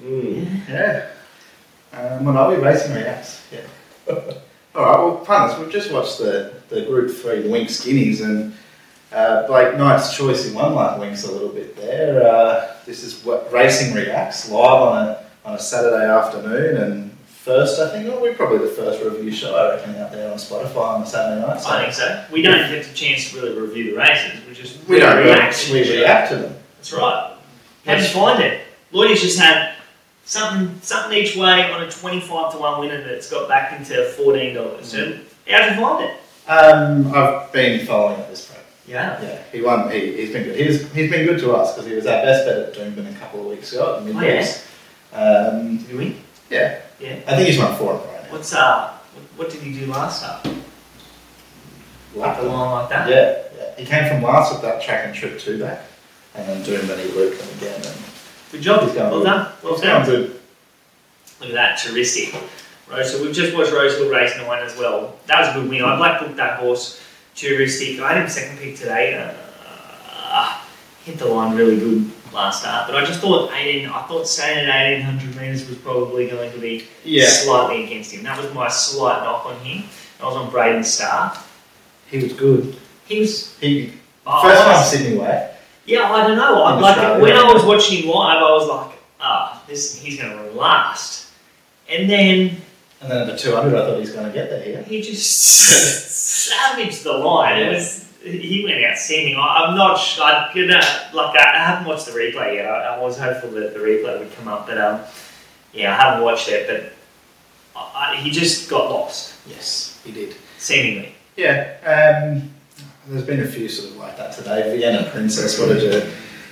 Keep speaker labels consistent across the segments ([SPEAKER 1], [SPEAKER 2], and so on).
[SPEAKER 1] Hmm.
[SPEAKER 2] Mm.
[SPEAKER 3] Ah. Yeah. Uh, Malawi racing reacts. Yeah.
[SPEAKER 1] All right, well, punters, we've just watched the, the Group 3 Winks Guineas, and uh, Blake Knight's choice in one line Winks a little bit there. Uh, this is what Racing Reacts, live on a, on a Saturday afternoon, and first, I think, oh, we're probably the first review show, I reckon, out there on Spotify on a Saturday night.
[SPEAKER 2] I think so. We don't get the chance to really review the races. We just
[SPEAKER 1] we don't react,
[SPEAKER 2] to
[SPEAKER 1] we
[SPEAKER 2] each other.
[SPEAKER 1] react to them.
[SPEAKER 2] That's right. How did you find it? Lawyers just had something something each way on a twenty-five to one winner that's got back into fourteen dollars.
[SPEAKER 1] Mm.
[SPEAKER 2] How did you find it?
[SPEAKER 1] Um, I've been following at this point.
[SPEAKER 2] Yeah.
[SPEAKER 1] Yeah, he won. He, he's been good. He's, he's been good to us because he was our best bet at Doomben a couple of weeks ago at the
[SPEAKER 2] Oh,
[SPEAKER 1] Midwest. Um,
[SPEAKER 2] Did you win?
[SPEAKER 1] yeah.
[SPEAKER 2] Yeah.
[SPEAKER 1] I think he's won four in a row now.
[SPEAKER 2] What's uh? what- What did you do last up? Up the line like that?
[SPEAKER 1] Yeah, yeah. He came from last with that track and trip two back, and then Doomben he looped them again. And
[SPEAKER 2] Good job.
[SPEAKER 1] He's going
[SPEAKER 2] Well
[SPEAKER 1] good.
[SPEAKER 2] done. Well done.
[SPEAKER 1] sounds good.
[SPEAKER 2] Look at that, terrific. Right, so we've just watched Rosehill race nine as well. That was a good win. I black booked that horse, touristic. I had him second pick today. Uh, hit the line really good last start, but I just thought 18, I thought staying at 1800 metres was probably going to be slightly against him. That was my slight knock on him. I was on Braden Star.
[SPEAKER 1] he was good.
[SPEAKER 2] He was.
[SPEAKER 1] He
[SPEAKER 2] oh,
[SPEAKER 1] first
[SPEAKER 2] I was-
[SPEAKER 1] time Sydney way.
[SPEAKER 2] yeah, I don't know. I,
[SPEAKER 1] In
[SPEAKER 2] like
[SPEAKER 1] Australia.
[SPEAKER 2] when I was watching him live, I was like, ah, this he's going to last. And then
[SPEAKER 1] And then at the 200, I thought he's going to get there here.
[SPEAKER 2] He just savaged the line. It was he went outstanding. I, I'm not sure. I, you know, like I, I haven't watched the replay yet. I, I was hopeful that the replay would come up, but um, yeah, I haven't watched it. But I, I, he just got lost,
[SPEAKER 1] Yes, he did.
[SPEAKER 2] seemingly.
[SPEAKER 1] Yeah, um, there's been a few sort of like that today. Vienna Princess, what did you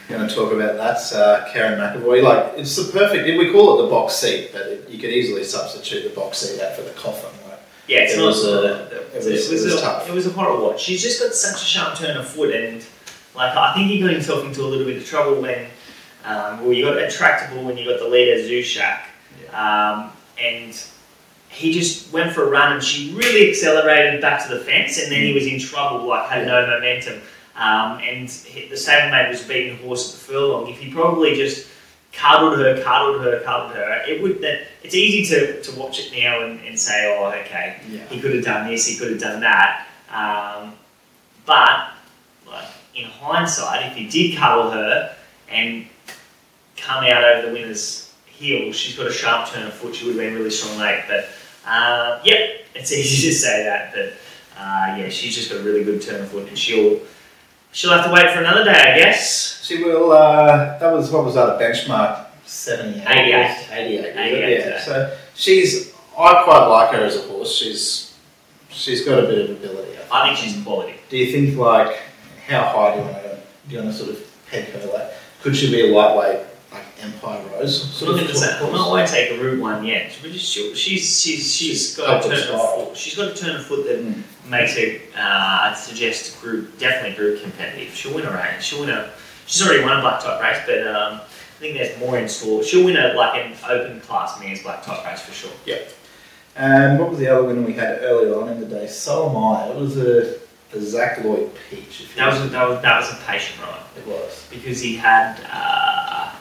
[SPEAKER 1] going to talk about that? Uh, Karen McAvoy, like it's the perfect. We call it the box seat, but it, you could easily substitute the box seat out for the coffin. Right?
[SPEAKER 2] Yeah, it's
[SPEAKER 1] It
[SPEAKER 2] not.
[SPEAKER 1] was a- it was- it was
[SPEAKER 2] a,
[SPEAKER 1] tough.
[SPEAKER 2] It was a horrible watch. He's just got such a sharp turn of foot, and like I think he got himself into a little bit of trouble when, um, well, you got attractable when you got the leader Zushak, um, and he just went for a run, and she really accelerated back to the fence, and then
[SPEAKER 1] Mm.
[SPEAKER 2] he was in trouble, like had no momentum, um, and he- the stablemate was a beaten horse at the furlong. If he probably just Cuddled her, cuddled her, cuddled her. It would that it's easy to, to watch it now and, and say, oh, okay,
[SPEAKER 1] Yeah.
[SPEAKER 2] he could have done this, he could have done that. Um, but like in hindsight, if he did cuddle her and come out over the winner's heel, she's got a sharp turn of foot. She would have been really strong late. But uh, yep, it's easy to say that. But uh, yeah, she's just got a really good turn of foot, and she'll she'll have to wait for another day, I guess.
[SPEAKER 1] She will. Uh, that was what was that? A benchmark seventy-eight,
[SPEAKER 2] 88.
[SPEAKER 1] eighty-eight.
[SPEAKER 2] 88,
[SPEAKER 1] yeah.
[SPEAKER 2] yeah.
[SPEAKER 1] So she's. I quite like her as a horse. She's. She's got a bit of ability.
[SPEAKER 2] I think she's in quality.
[SPEAKER 1] Do you think like how high do you want to do you want to sort of peg her? Like, could she be a lightweight like Empire Rose?
[SPEAKER 2] So
[SPEAKER 1] Sort
[SPEAKER 2] look
[SPEAKER 1] of
[SPEAKER 2] at this.
[SPEAKER 1] sort of
[SPEAKER 2] I'm
[SPEAKER 1] horse?
[SPEAKER 2] not going to take a route one yet. But she's she's she's, she's
[SPEAKER 1] She's
[SPEAKER 2] got a
[SPEAKER 1] up
[SPEAKER 2] turn
[SPEAKER 1] the
[SPEAKER 2] of
[SPEAKER 1] style.
[SPEAKER 2] foot. She's got a turn of foot that
[SPEAKER 1] Mm.
[SPEAKER 2] makes her. Uh, I'd suggest group definitely group competitive. She'll win a race. She'll win a. She's already won a black type race, but um, I think there's more in store. She'll win a like an open class man's black type race for sure.
[SPEAKER 1] And what was the other winner we had earlier on in the day? So am I. It was a, a Zach Lloyd Peach. If you
[SPEAKER 2] That was a, that was that was a patient ride
[SPEAKER 1] it was.
[SPEAKER 2] because he had uh,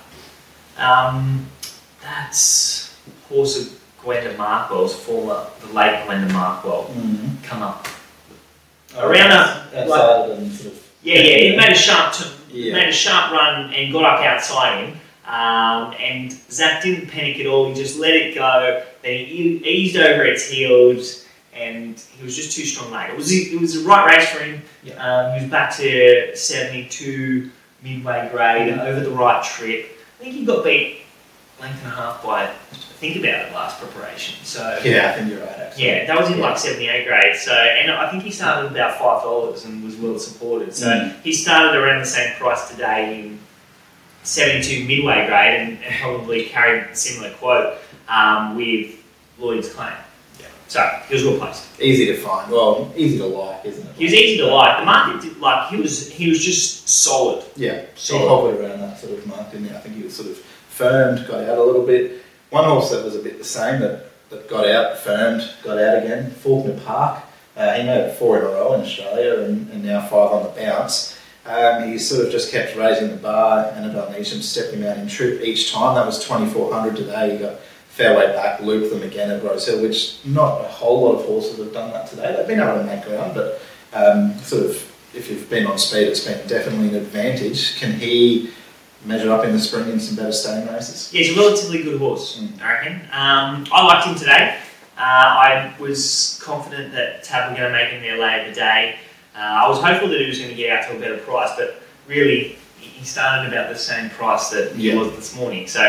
[SPEAKER 2] um, that's horse of Gwenda Markwell's former the late Gwenda Markwell
[SPEAKER 1] Mm.
[SPEAKER 2] come up Mm-hmm. Around a-
[SPEAKER 1] outside and sort of
[SPEAKER 2] Yeah, yeah, he made a sharp t-
[SPEAKER 1] Yeah.
[SPEAKER 2] made a sharp run and got up outside him. Um, and Zach didn't panic at all. He just let it go. Then he e- eased over its heels, and he was just too strong late. It was it was the right race for him.
[SPEAKER 1] Yeah.
[SPEAKER 2] Um, he was back to seventy two midway grade
[SPEAKER 1] Mhm.
[SPEAKER 2] over the right trip. I think he got beat length and a half by I think about it last preparation. So
[SPEAKER 1] yeah. I think you're right. Actually.
[SPEAKER 2] yeah, that was in
[SPEAKER 1] Yeah.
[SPEAKER 2] like 78 grade. So, and I think he started with about five dollars and was well supported. So
[SPEAKER 1] Mm.
[SPEAKER 2] he started around the same price today in 72 midway grade and, and probably carried a similar quote um, with Lloyd's claim.
[SPEAKER 1] Yeah.
[SPEAKER 2] So he was well placed.
[SPEAKER 1] Easy to find. Well, easy to like, isn't it?
[SPEAKER 2] He was easy to like. The market did like he was. He was just solid.
[SPEAKER 1] Yeah, so
[SPEAKER 2] Solid.
[SPEAKER 1] hovered around that sort of mark, didn't he? I think he was sort of firmed, got out a little bit. One horse that was a bit the same that, that got out, firmed, got out again, Faulkner Park. Uh, he made it four in a row in Australia and, and now five on the bounce. Um, he sort of just kept raising the bar. Annabelle Neesham stepped him out in trip each time. That was 2400 today. He got fairway back, looped them again at Rose Hill, which not a whole lot of horses have done that today. They've been able to make ground, but um, sort of if you've been on speed, it's been definitely an advantage. Can he measure up in the spring in some better staying races?
[SPEAKER 2] Yeah, he's a relatively good horse,
[SPEAKER 1] Mm.
[SPEAKER 2] I reckon. Um, I liked him today. Uh, I was confident that Tab were going to make him their lay of the day. Uh, I was hopeful that he was going to get out to a better price, but really, he he started about the same price that he
[SPEAKER 1] Yeah.
[SPEAKER 2] was this morning. So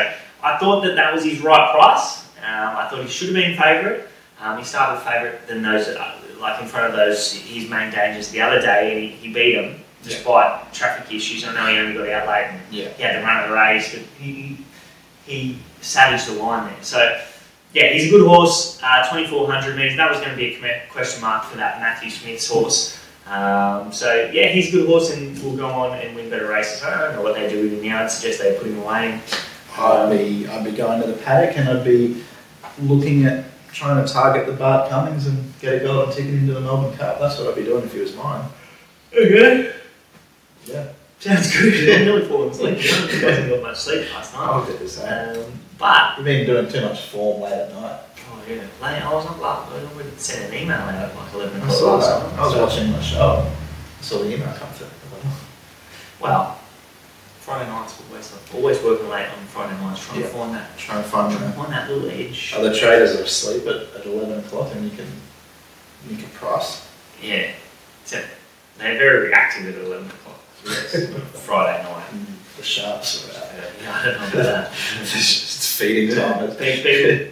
[SPEAKER 2] I thought that that was his right price. Um, I thought he should have been favourite. Um, he started favourite than those, that are- like in front of those his main dangers the other day, and he, he beat him despite traffic issues. I know he only got out late
[SPEAKER 1] Yeah.
[SPEAKER 2] he had to run of the race, but he he savaged the line there. So yeah, he's a good horse. Uh, Twenty four hundred metres. That was going to be a com- question mark for that Matthew Smith's horse. Um, so yeah, he's a good horse and will go on and win better races. I don't know what they do with him now. I'd suggest they put him away. And,
[SPEAKER 1] I'd be I'd be going to the paddock and I'd be looking at trying to target the Bart Cummings and get a golden ticket into the Melbourne Cup. That's what I'd be doing if he was mine.
[SPEAKER 2] okay.
[SPEAKER 1] Yeah.
[SPEAKER 2] Sounds good. I nearly fallen asleep. I wasn't got much sleep last night.
[SPEAKER 1] I'll get the same.
[SPEAKER 2] Um, but
[SPEAKER 1] eh? We've been doing too much form late at night.
[SPEAKER 2] oh yeah, late. I was not last. I would send an email out at like eleven
[SPEAKER 1] I
[SPEAKER 2] o'clock.
[SPEAKER 1] saw
[SPEAKER 2] or
[SPEAKER 1] that.
[SPEAKER 2] something.
[SPEAKER 1] I was
[SPEAKER 2] So-
[SPEAKER 1] watching my show. I saw the email come through.
[SPEAKER 2] Well, Friday nights always always working late on Friday nights, trying to
[SPEAKER 1] Yeah.
[SPEAKER 2] find that
[SPEAKER 1] Trying to find
[SPEAKER 2] trying
[SPEAKER 1] the
[SPEAKER 2] to find that little edge.
[SPEAKER 1] other traders are asleep at, at eleven o'clock, and you can you can price.
[SPEAKER 2] Yeah, except they're very reactive at eleven o'clock
[SPEAKER 1] Yes.
[SPEAKER 2] Friday night. Uh,
[SPEAKER 1] the sharps are out.
[SPEAKER 2] Yeah, I don't know about that.
[SPEAKER 1] it's just feeding time. It's
[SPEAKER 2] Pe-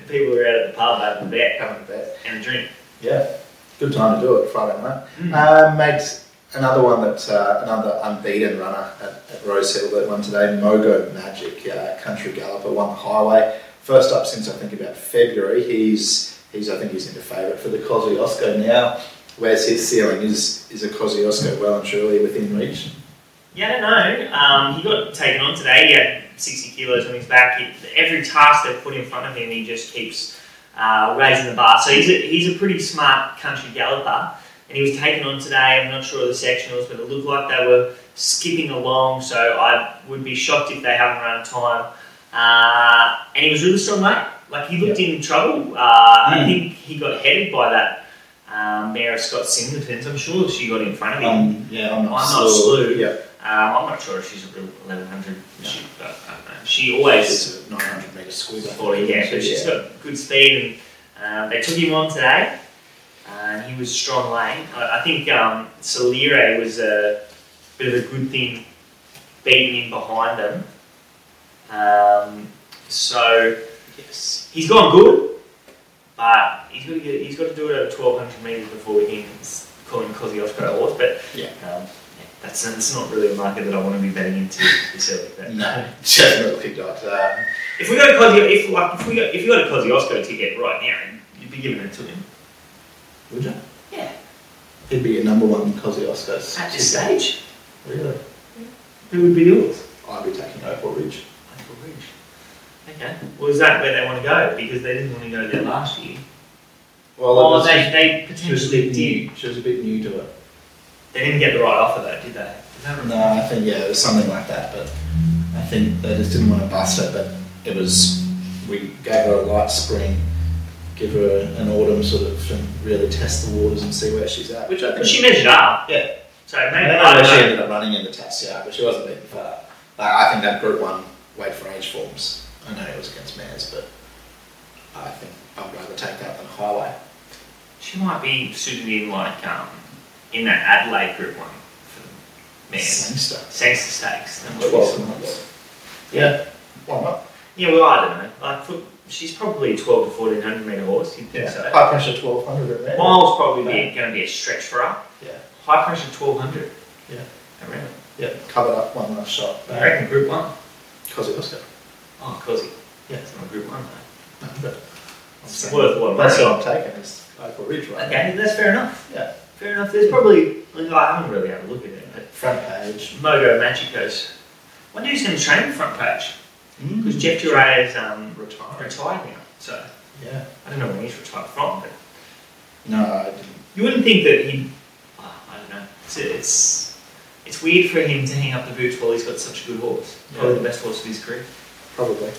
[SPEAKER 2] People, people are out at the pub having a bet
[SPEAKER 1] coming back.
[SPEAKER 2] and a drink.
[SPEAKER 1] Yeah, good time to do it Friday night.
[SPEAKER 2] Mm.
[SPEAKER 1] Uh, mate, another one that uh, another unbeaten runner at, at Rose Hill that won today, Mogo Magic, uh, country galloper, won the highway. First up since I think about February. He's he's I think he's into favourite for the Kosciuszko now. Where's his ceiling? Is is a Kosciuszko well and truly within reach?
[SPEAKER 2] Yeah, I don't know. Um, he got taken on today. He had 60 kilos on his back. He, every task they put in front of him, he just keeps uh, raising the bar. So he's a, he's a pretty smart country galloper. And he was taken on today. I'm not sure of the sectionals, but it looked like they were skipping along. So I would be shocked if they haven't run time. Uh, and he was really strong late. Like he looked in trouble. Uh, I
[SPEAKER 1] Mm.
[SPEAKER 2] think he got headed by that um, Mare of Scott Singleton's. I'm sure she got in front of him.
[SPEAKER 1] Um, yeah, I'm
[SPEAKER 2] I'm
[SPEAKER 1] not,
[SPEAKER 2] not slew.
[SPEAKER 1] Yeah,
[SPEAKER 2] Um, I'm not sure if she's a real 1100. She, I don't know. um, she always
[SPEAKER 1] She's a 900 metre squib. I think,
[SPEAKER 2] 40, yeah,
[SPEAKER 1] isn't
[SPEAKER 2] but
[SPEAKER 1] she?
[SPEAKER 2] she's got good speed. And um, they took him on today, uh, and he was strong lane. I, I think um, Solire was a bit of a good thing beating in behind them. Um, so
[SPEAKER 1] Yes.
[SPEAKER 2] he's gone good, but he's got to get, he's got to do it over 1200 metres before we can s- call him Kosciuszko a horse. But
[SPEAKER 1] Yeah.
[SPEAKER 2] um, yeah, that's that's not really a market that I want to be betting into this early. But
[SPEAKER 1] No, definitely not. Uh,
[SPEAKER 2] if we got a Kosci, if like if we got if you got a Kosciuszko ticket right now, you'd be giving it to him
[SPEAKER 1] would you?
[SPEAKER 2] Yeah.
[SPEAKER 1] He'd be your number one Kosciuszko's.
[SPEAKER 2] at this stage.
[SPEAKER 1] Really?
[SPEAKER 2] Who would be yours?
[SPEAKER 1] I'd be taking Opal Ridge.
[SPEAKER 2] Michael Ridge. Okay. Well, is that where they want to go? Because they didn't want to go there last year.
[SPEAKER 1] Well, it
[SPEAKER 2] or
[SPEAKER 1] was-
[SPEAKER 2] they, they
[SPEAKER 1] she was a
[SPEAKER 2] potentially
[SPEAKER 1] bit
[SPEAKER 2] did.
[SPEAKER 1] new. She was a bit new to it.
[SPEAKER 2] They didn't get the right offer though, did they? Is that right?
[SPEAKER 1] No, I think yeah, it was something like that. But I think they just didn't want to bust it. But it was we gave her a light spring, give her an autumn sort of, and really test the waters and see where she's at. Which I think
[SPEAKER 2] But she measured up.
[SPEAKER 1] Yeah.
[SPEAKER 2] So maybe
[SPEAKER 1] I don't
[SPEAKER 2] I
[SPEAKER 1] know
[SPEAKER 2] don't
[SPEAKER 1] where she
[SPEAKER 2] know.
[SPEAKER 1] ended up running in the test, yeah, but she wasn't beaten far. Like, I think that Group 1 weight for age forms, I know it was against mares, but I think I'd rather take that than Highway.
[SPEAKER 2] She might be suited in like um, in that Adelaide group one for the men.
[SPEAKER 1] Sangster.
[SPEAKER 2] Sangster Stakes. That might be
[SPEAKER 1] 12
[SPEAKER 2] someone
[SPEAKER 1] months.
[SPEAKER 2] else.
[SPEAKER 1] Yeah. Why not?
[SPEAKER 2] Yeah, well, I don't know. Like, for, she's probably a 12 to 1400 metre horse, you'd think so.
[SPEAKER 1] High pressure 1200 at mare.
[SPEAKER 2] Miles probably going to be a stretch for her.
[SPEAKER 1] Yeah.
[SPEAKER 2] High pressure 1200.
[SPEAKER 1] Yeah. Uh,
[SPEAKER 2] Around.
[SPEAKER 1] Yeah, covered up one last shot.
[SPEAKER 2] I reckon group one.
[SPEAKER 1] Kosciuszko.
[SPEAKER 2] Oh, Cozzy.
[SPEAKER 1] Yeah.
[SPEAKER 2] It's not group one, though.
[SPEAKER 1] No, but
[SPEAKER 2] It's worth a lot of
[SPEAKER 1] That's
[SPEAKER 2] money.
[SPEAKER 1] what I'm taking, is Opal Ridge, right?
[SPEAKER 2] Okay, that's fair enough.
[SPEAKER 1] Yeah.
[SPEAKER 2] Fair enough. There's probably, like, I haven't really had a look at it, but
[SPEAKER 1] Front page.
[SPEAKER 2] Mogo Magicos. Wonder who's going to train the front page. Because Jeff Duray Mm. is um,
[SPEAKER 1] Retired.
[SPEAKER 2] retired now, so
[SPEAKER 1] Yeah.
[SPEAKER 2] I don't know when he's retired from, but
[SPEAKER 1] No, I didn't.
[SPEAKER 2] you wouldn't think that he. I don't know. It's, it's, It's weird for him to hang up the boots while he's got such a good horse. Probably
[SPEAKER 1] Yeah.
[SPEAKER 2] the best horse of his career.
[SPEAKER 1] Probably.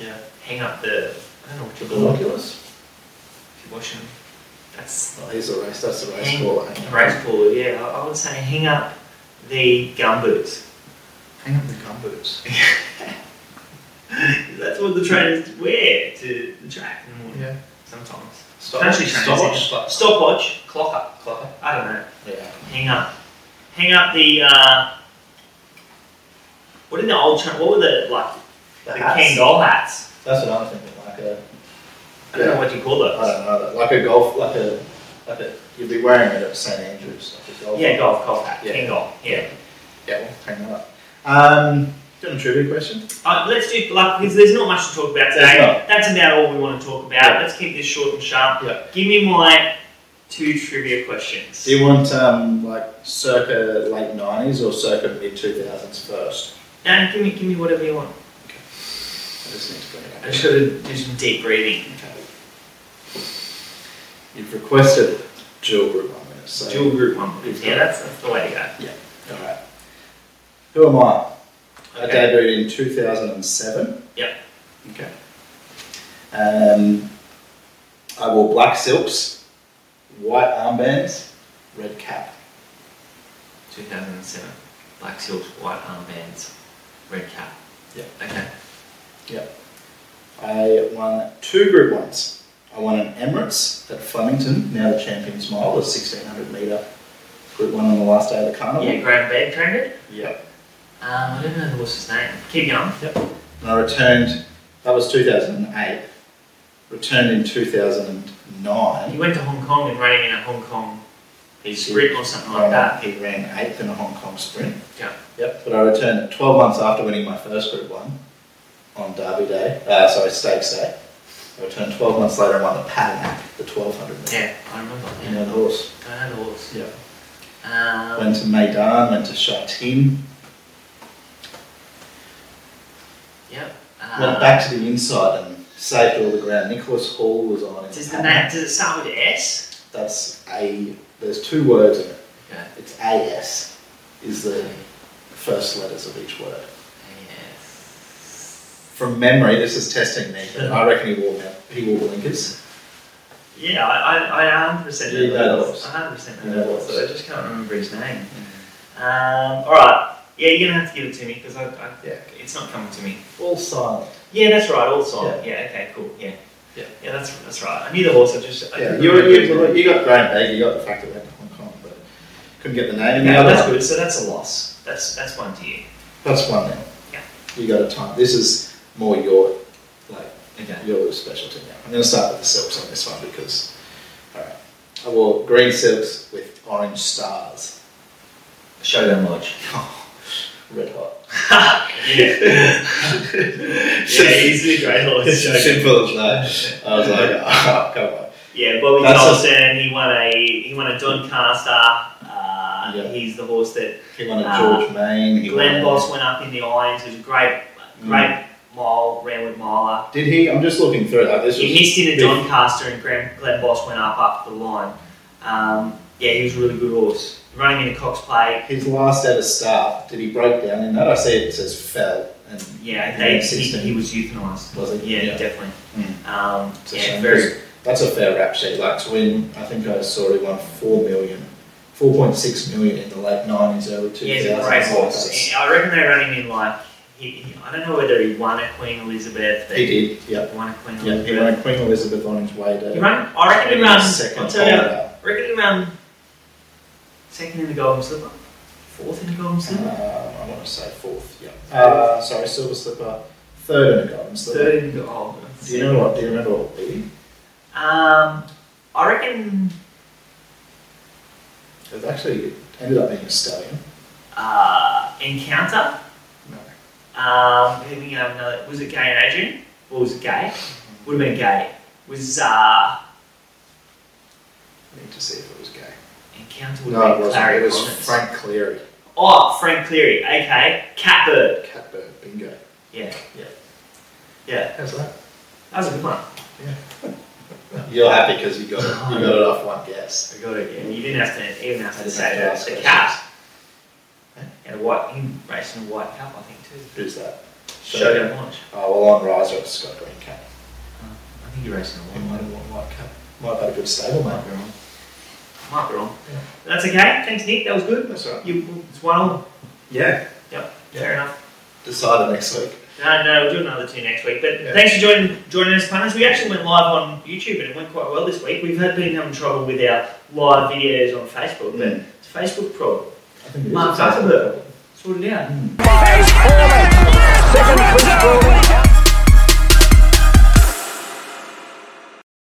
[SPEAKER 2] Yeah. Hang up the. I don't know what
[SPEAKER 1] The
[SPEAKER 2] you call it.
[SPEAKER 1] binoculars?
[SPEAKER 2] If you watch him, that's
[SPEAKER 1] Oh, he's a race. That's the race eh?
[SPEAKER 2] Hang-
[SPEAKER 1] caller.
[SPEAKER 2] race caller. Yeah, I, I would say hang up the gum boots.
[SPEAKER 1] Hang up the gum boots.
[SPEAKER 2] That's what the trainers wear to the track in the morning.
[SPEAKER 1] Yeah.
[SPEAKER 2] Sometimes
[SPEAKER 1] Stop.
[SPEAKER 2] Actually,
[SPEAKER 1] Stopwatch.
[SPEAKER 2] stopwatch, clock up.
[SPEAKER 1] Stop.
[SPEAKER 2] I don't know.
[SPEAKER 1] Yeah.
[SPEAKER 2] Hang up, hang up the. Uh, what in the old train? What were the like the,
[SPEAKER 1] The
[SPEAKER 2] Ken
[SPEAKER 1] hats.
[SPEAKER 2] Doll hats?
[SPEAKER 1] That's what I'm thinking. Like a.
[SPEAKER 2] I don't know what you call
[SPEAKER 1] I
[SPEAKER 2] those.
[SPEAKER 1] don't know. that- Like a golf. Like a. Like a. You'd be wearing it at St Andrews. Like a golf.
[SPEAKER 2] Yeah, golf, golf hat,
[SPEAKER 1] Yeah.
[SPEAKER 2] Ken Doll. Yeah.
[SPEAKER 1] Yeah. We'll hang that up. Um. Do you want a trivia question?
[SPEAKER 2] Uh, let's do like because there's not much to talk about
[SPEAKER 1] There's
[SPEAKER 2] today.
[SPEAKER 1] not.
[SPEAKER 2] That's about all we want to talk about.
[SPEAKER 1] Yeah.
[SPEAKER 2] Let's keep this short and sharp.
[SPEAKER 1] Yeah.
[SPEAKER 2] Give me my two trivia questions.
[SPEAKER 1] Do you want um like circa late nineties or circa mid two thousands first?
[SPEAKER 2] No, give me give me whatever you want.
[SPEAKER 1] I just need to bring it up.
[SPEAKER 2] I just gotta do some deep breathing.
[SPEAKER 1] You've requested dual group, I'm going to say.
[SPEAKER 2] Dual group one.
[SPEAKER 1] You've
[SPEAKER 2] Yeah,
[SPEAKER 1] got-
[SPEAKER 2] that's, that's the way to go.
[SPEAKER 1] All right. Who am I? I
[SPEAKER 2] Okay.
[SPEAKER 1] debuted in 2007.
[SPEAKER 2] Yep.
[SPEAKER 1] Okay. Um, I wore black silks, white armbands, red cap.
[SPEAKER 2] 2007. Black silks, white armbands, red cap.
[SPEAKER 1] Yeah.
[SPEAKER 2] Okay.
[SPEAKER 1] I won two group ones. I won an Emirates at Flemington, now the Champions Mile, a 1600 metre group one on the last day of the carnival.
[SPEAKER 2] Yeah, Graham Baird trained it.
[SPEAKER 1] Yep.
[SPEAKER 2] Um, I don't know the horse's name. Keep going.
[SPEAKER 1] And I returned, that was 2008, returned in 2009.
[SPEAKER 2] He went to Hong Kong and ran in a Hong Kong
[SPEAKER 1] He's
[SPEAKER 2] sprint or something like that.
[SPEAKER 1] He ran eighth in a Hong Kong sprint.
[SPEAKER 2] Yeah.
[SPEAKER 1] Yep. But I returned 12 months after winning my first group one on Derby Day, uh, sorry, Stakes Day. I returned 12 months later and won the Paddock, the 1200 metre.
[SPEAKER 2] Yeah, I remember.
[SPEAKER 1] You
[SPEAKER 2] Yeah.
[SPEAKER 1] know, the horse.
[SPEAKER 2] I know the horse.
[SPEAKER 1] Yeah.
[SPEAKER 2] Um,
[SPEAKER 1] Went to Maidan, went to Shatin,
[SPEAKER 2] yep.
[SPEAKER 1] went
[SPEAKER 2] Uh,
[SPEAKER 1] back to the inside and saved all the ground. Nicholas Hall was on. in
[SPEAKER 2] does the
[SPEAKER 1] Paddock.
[SPEAKER 2] name? Does it start with S?
[SPEAKER 1] That's A, there's two words in it.
[SPEAKER 2] Okay.
[SPEAKER 1] It's AS is the first letters of each word.
[SPEAKER 2] Yes.
[SPEAKER 1] From memory, this is testing me, but I reckon he wore he wore blinkers.
[SPEAKER 2] Yeah, I, I, I 100
[SPEAKER 1] You know the horse.
[SPEAKER 2] 100
[SPEAKER 1] You
[SPEAKER 2] know
[SPEAKER 1] know
[SPEAKER 2] the
[SPEAKER 1] the
[SPEAKER 2] horse.
[SPEAKER 1] horse.
[SPEAKER 2] I just can't remember his name. Um, all right. Yeah, you're gonna have to give it to me because I, I
[SPEAKER 1] Yeah.
[SPEAKER 2] it's not coming to me.
[SPEAKER 1] All silent.
[SPEAKER 2] Yeah, that's right. Also, yeah. Okay. Cool. Yeah.
[SPEAKER 1] Yeah.
[SPEAKER 2] Yeah. That's that's right. I knew the horse. I just. I
[SPEAKER 1] Yeah,
[SPEAKER 2] couldn't
[SPEAKER 1] you,
[SPEAKER 2] remember his
[SPEAKER 1] you,
[SPEAKER 2] name.
[SPEAKER 1] you got Graham Bag, you got the fact that went to Hong Kong, but couldn't get the name. And the
[SPEAKER 2] Yeah,
[SPEAKER 1] other
[SPEAKER 2] that's
[SPEAKER 1] one-
[SPEAKER 2] good. So that's a loss. That's that's one to you.
[SPEAKER 1] that's one now.
[SPEAKER 2] Yeah.
[SPEAKER 1] You got a time. This is more your like
[SPEAKER 2] Okay.
[SPEAKER 1] your specialty now. I'm going to start with the silks on this one because all right, I wore green silks with orange stars.
[SPEAKER 2] Showdown Lodge.
[SPEAKER 1] Red hot.
[SPEAKER 2] yeah. yeah. He's a great
[SPEAKER 1] It's
[SPEAKER 2] horse.
[SPEAKER 1] as simple as that. I was like, oh, come on.
[SPEAKER 2] Yeah, Bobby
[SPEAKER 1] That's a-
[SPEAKER 2] Donaldson. He won a he won a Doncaster. Uh,
[SPEAKER 1] Yeah.
[SPEAKER 2] He's the horse that
[SPEAKER 1] He wanted
[SPEAKER 2] Ah.
[SPEAKER 1] George Main. He
[SPEAKER 2] Glenn
[SPEAKER 1] wanted-
[SPEAKER 2] Boss went up in the irons. It was a great,
[SPEAKER 1] Mm.
[SPEAKER 2] great mile ran with miler.
[SPEAKER 1] Did he? I'm just looking through that. This was
[SPEAKER 2] He missed in a
[SPEAKER 1] big.
[SPEAKER 2] Doncaster, and Glenn, Glenn Boss went up after the line. Um, yeah, he was a really good horse. Running in a Cox Plate.
[SPEAKER 1] his last ever start. Did he break down in that? I see it says fell and
[SPEAKER 2] Yeah,
[SPEAKER 1] Yeah,
[SPEAKER 2] they,
[SPEAKER 1] he's
[SPEAKER 2] he,
[SPEAKER 1] 16.
[SPEAKER 2] he was euthanised.
[SPEAKER 1] was it?
[SPEAKER 2] Yeah, definitely.
[SPEAKER 1] Mm.
[SPEAKER 2] Um,
[SPEAKER 1] It's a
[SPEAKER 2] yeah,
[SPEAKER 1] shame,
[SPEAKER 2] very.
[SPEAKER 1] 'cause That's a fair rap sheet. Like to win, I think I saw he won four million, four point six million in the late nineties, early two
[SPEAKER 2] Yeah, he's
[SPEAKER 1] thousands.
[SPEAKER 2] a great horse. And I reckon they ran him in like. He, he, I don't know whether he won at Queen Elizabeth, but
[SPEAKER 1] He did. Yep.
[SPEAKER 2] won at Queen
[SPEAKER 1] Yep.
[SPEAKER 2] Elizabeth.
[SPEAKER 1] He won Queen Elizabeth on his way to.
[SPEAKER 2] He ran- I reckon he
[SPEAKER 1] winning
[SPEAKER 2] ran.
[SPEAKER 1] his
[SPEAKER 2] I'll
[SPEAKER 1] second
[SPEAKER 2] tell you,
[SPEAKER 1] holiday.
[SPEAKER 2] Reckon he ran second in the Golden Slipper, fourth in the Golden Slipper,
[SPEAKER 1] Um, I want to say fourth. Yeah. Uh, sorry, silver slipper, third and a golden slipper.
[SPEAKER 2] third in the Golden.
[SPEAKER 1] Do you know what? Do you remember what beating?
[SPEAKER 2] Um, I reckon.
[SPEAKER 1] It was actually it ended up being a stallion.
[SPEAKER 2] Uh, Encounter.
[SPEAKER 1] No.
[SPEAKER 2] Um, here we go. Another. Was it Gay and Adrian? Or was it Gay? Would have been Gay. Was uh,
[SPEAKER 1] I need to see if it was gay.
[SPEAKER 2] Encounter? Would
[SPEAKER 1] No,
[SPEAKER 2] have
[SPEAKER 1] it
[SPEAKER 2] been
[SPEAKER 1] wasn't.
[SPEAKER 2] Clary
[SPEAKER 1] it was
[SPEAKER 2] Connors.
[SPEAKER 1] Frank Cleary.
[SPEAKER 2] Oh, Frank Cleary. Okay, Catbird.
[SPEAKER 1] Catbird. Bingo.
[SPEAKER 2] Yeah.
[SPEAKER 1] Yeah.
[SPEAKER 2] Yeah.
[SPEAKER 1] How's that?
[SPEAKER 2] That was a good one.
[SPEAKER 1] You're happy because you got it. You got it off one guess.
[SPEAKER 2] I got it. Yeah. You didn't have to even have
[SPEAKER 1] I
[SPEAKER 2] to
[SPEAKER 1] just
[SPEAKER 2] say
[SPEAKER 1] have to
[SPEAKER 2] that.
[SPEAKER 1] ask
[SPEAKER 2] The
[SPEAKER 1] questions.
[SPEAKER 2] cat. and a white he raced in a white cup, I think too.
[SPEAKER 1] Who's that?
[SPEAKER 2] Showdown launch.
[SPEAKER 1] Oh, well, on riser, it's Scott Green Cup.
[SPEAKER 2] I think he raced in a
[SPEAKER 1] He
[SPEAKER 2] white.
[SPEAKER 1] might have won White Cup. Might have had a good stable, mate.
[SPEAKER 2] Might be wrong.
[SPEAKER 1] Yeah.
[SPEAKER 2] That's okay. Thanks, Nick. That was good.
[SPEAKER 1] That's all right.
[SPEAKER 2] You, it's one all.
[SPEAKER 1] Yeah,
[SPEAKER 2] Fair enough.
[SPEAKER 1] decided next week.
[SPEAKER 2] No, no, we'll do another two next week. But
[SPEAKER 1] Yeah.
[SPEAKER 2] thanks for joining joining us, punters. We actually went live on YouTube and it went quite well this week. We've had been having trouble with our live videos on Facebook, but
[SPEAKER 1] Mm.
[SPEAKER 2] it's a Facebook problem.
[SPEAKER 1] I think it is.
[SPEAKER 2] Mark Zuckerberg. Sort it out.
[SPEAKER 4] First quarter, second first quarter.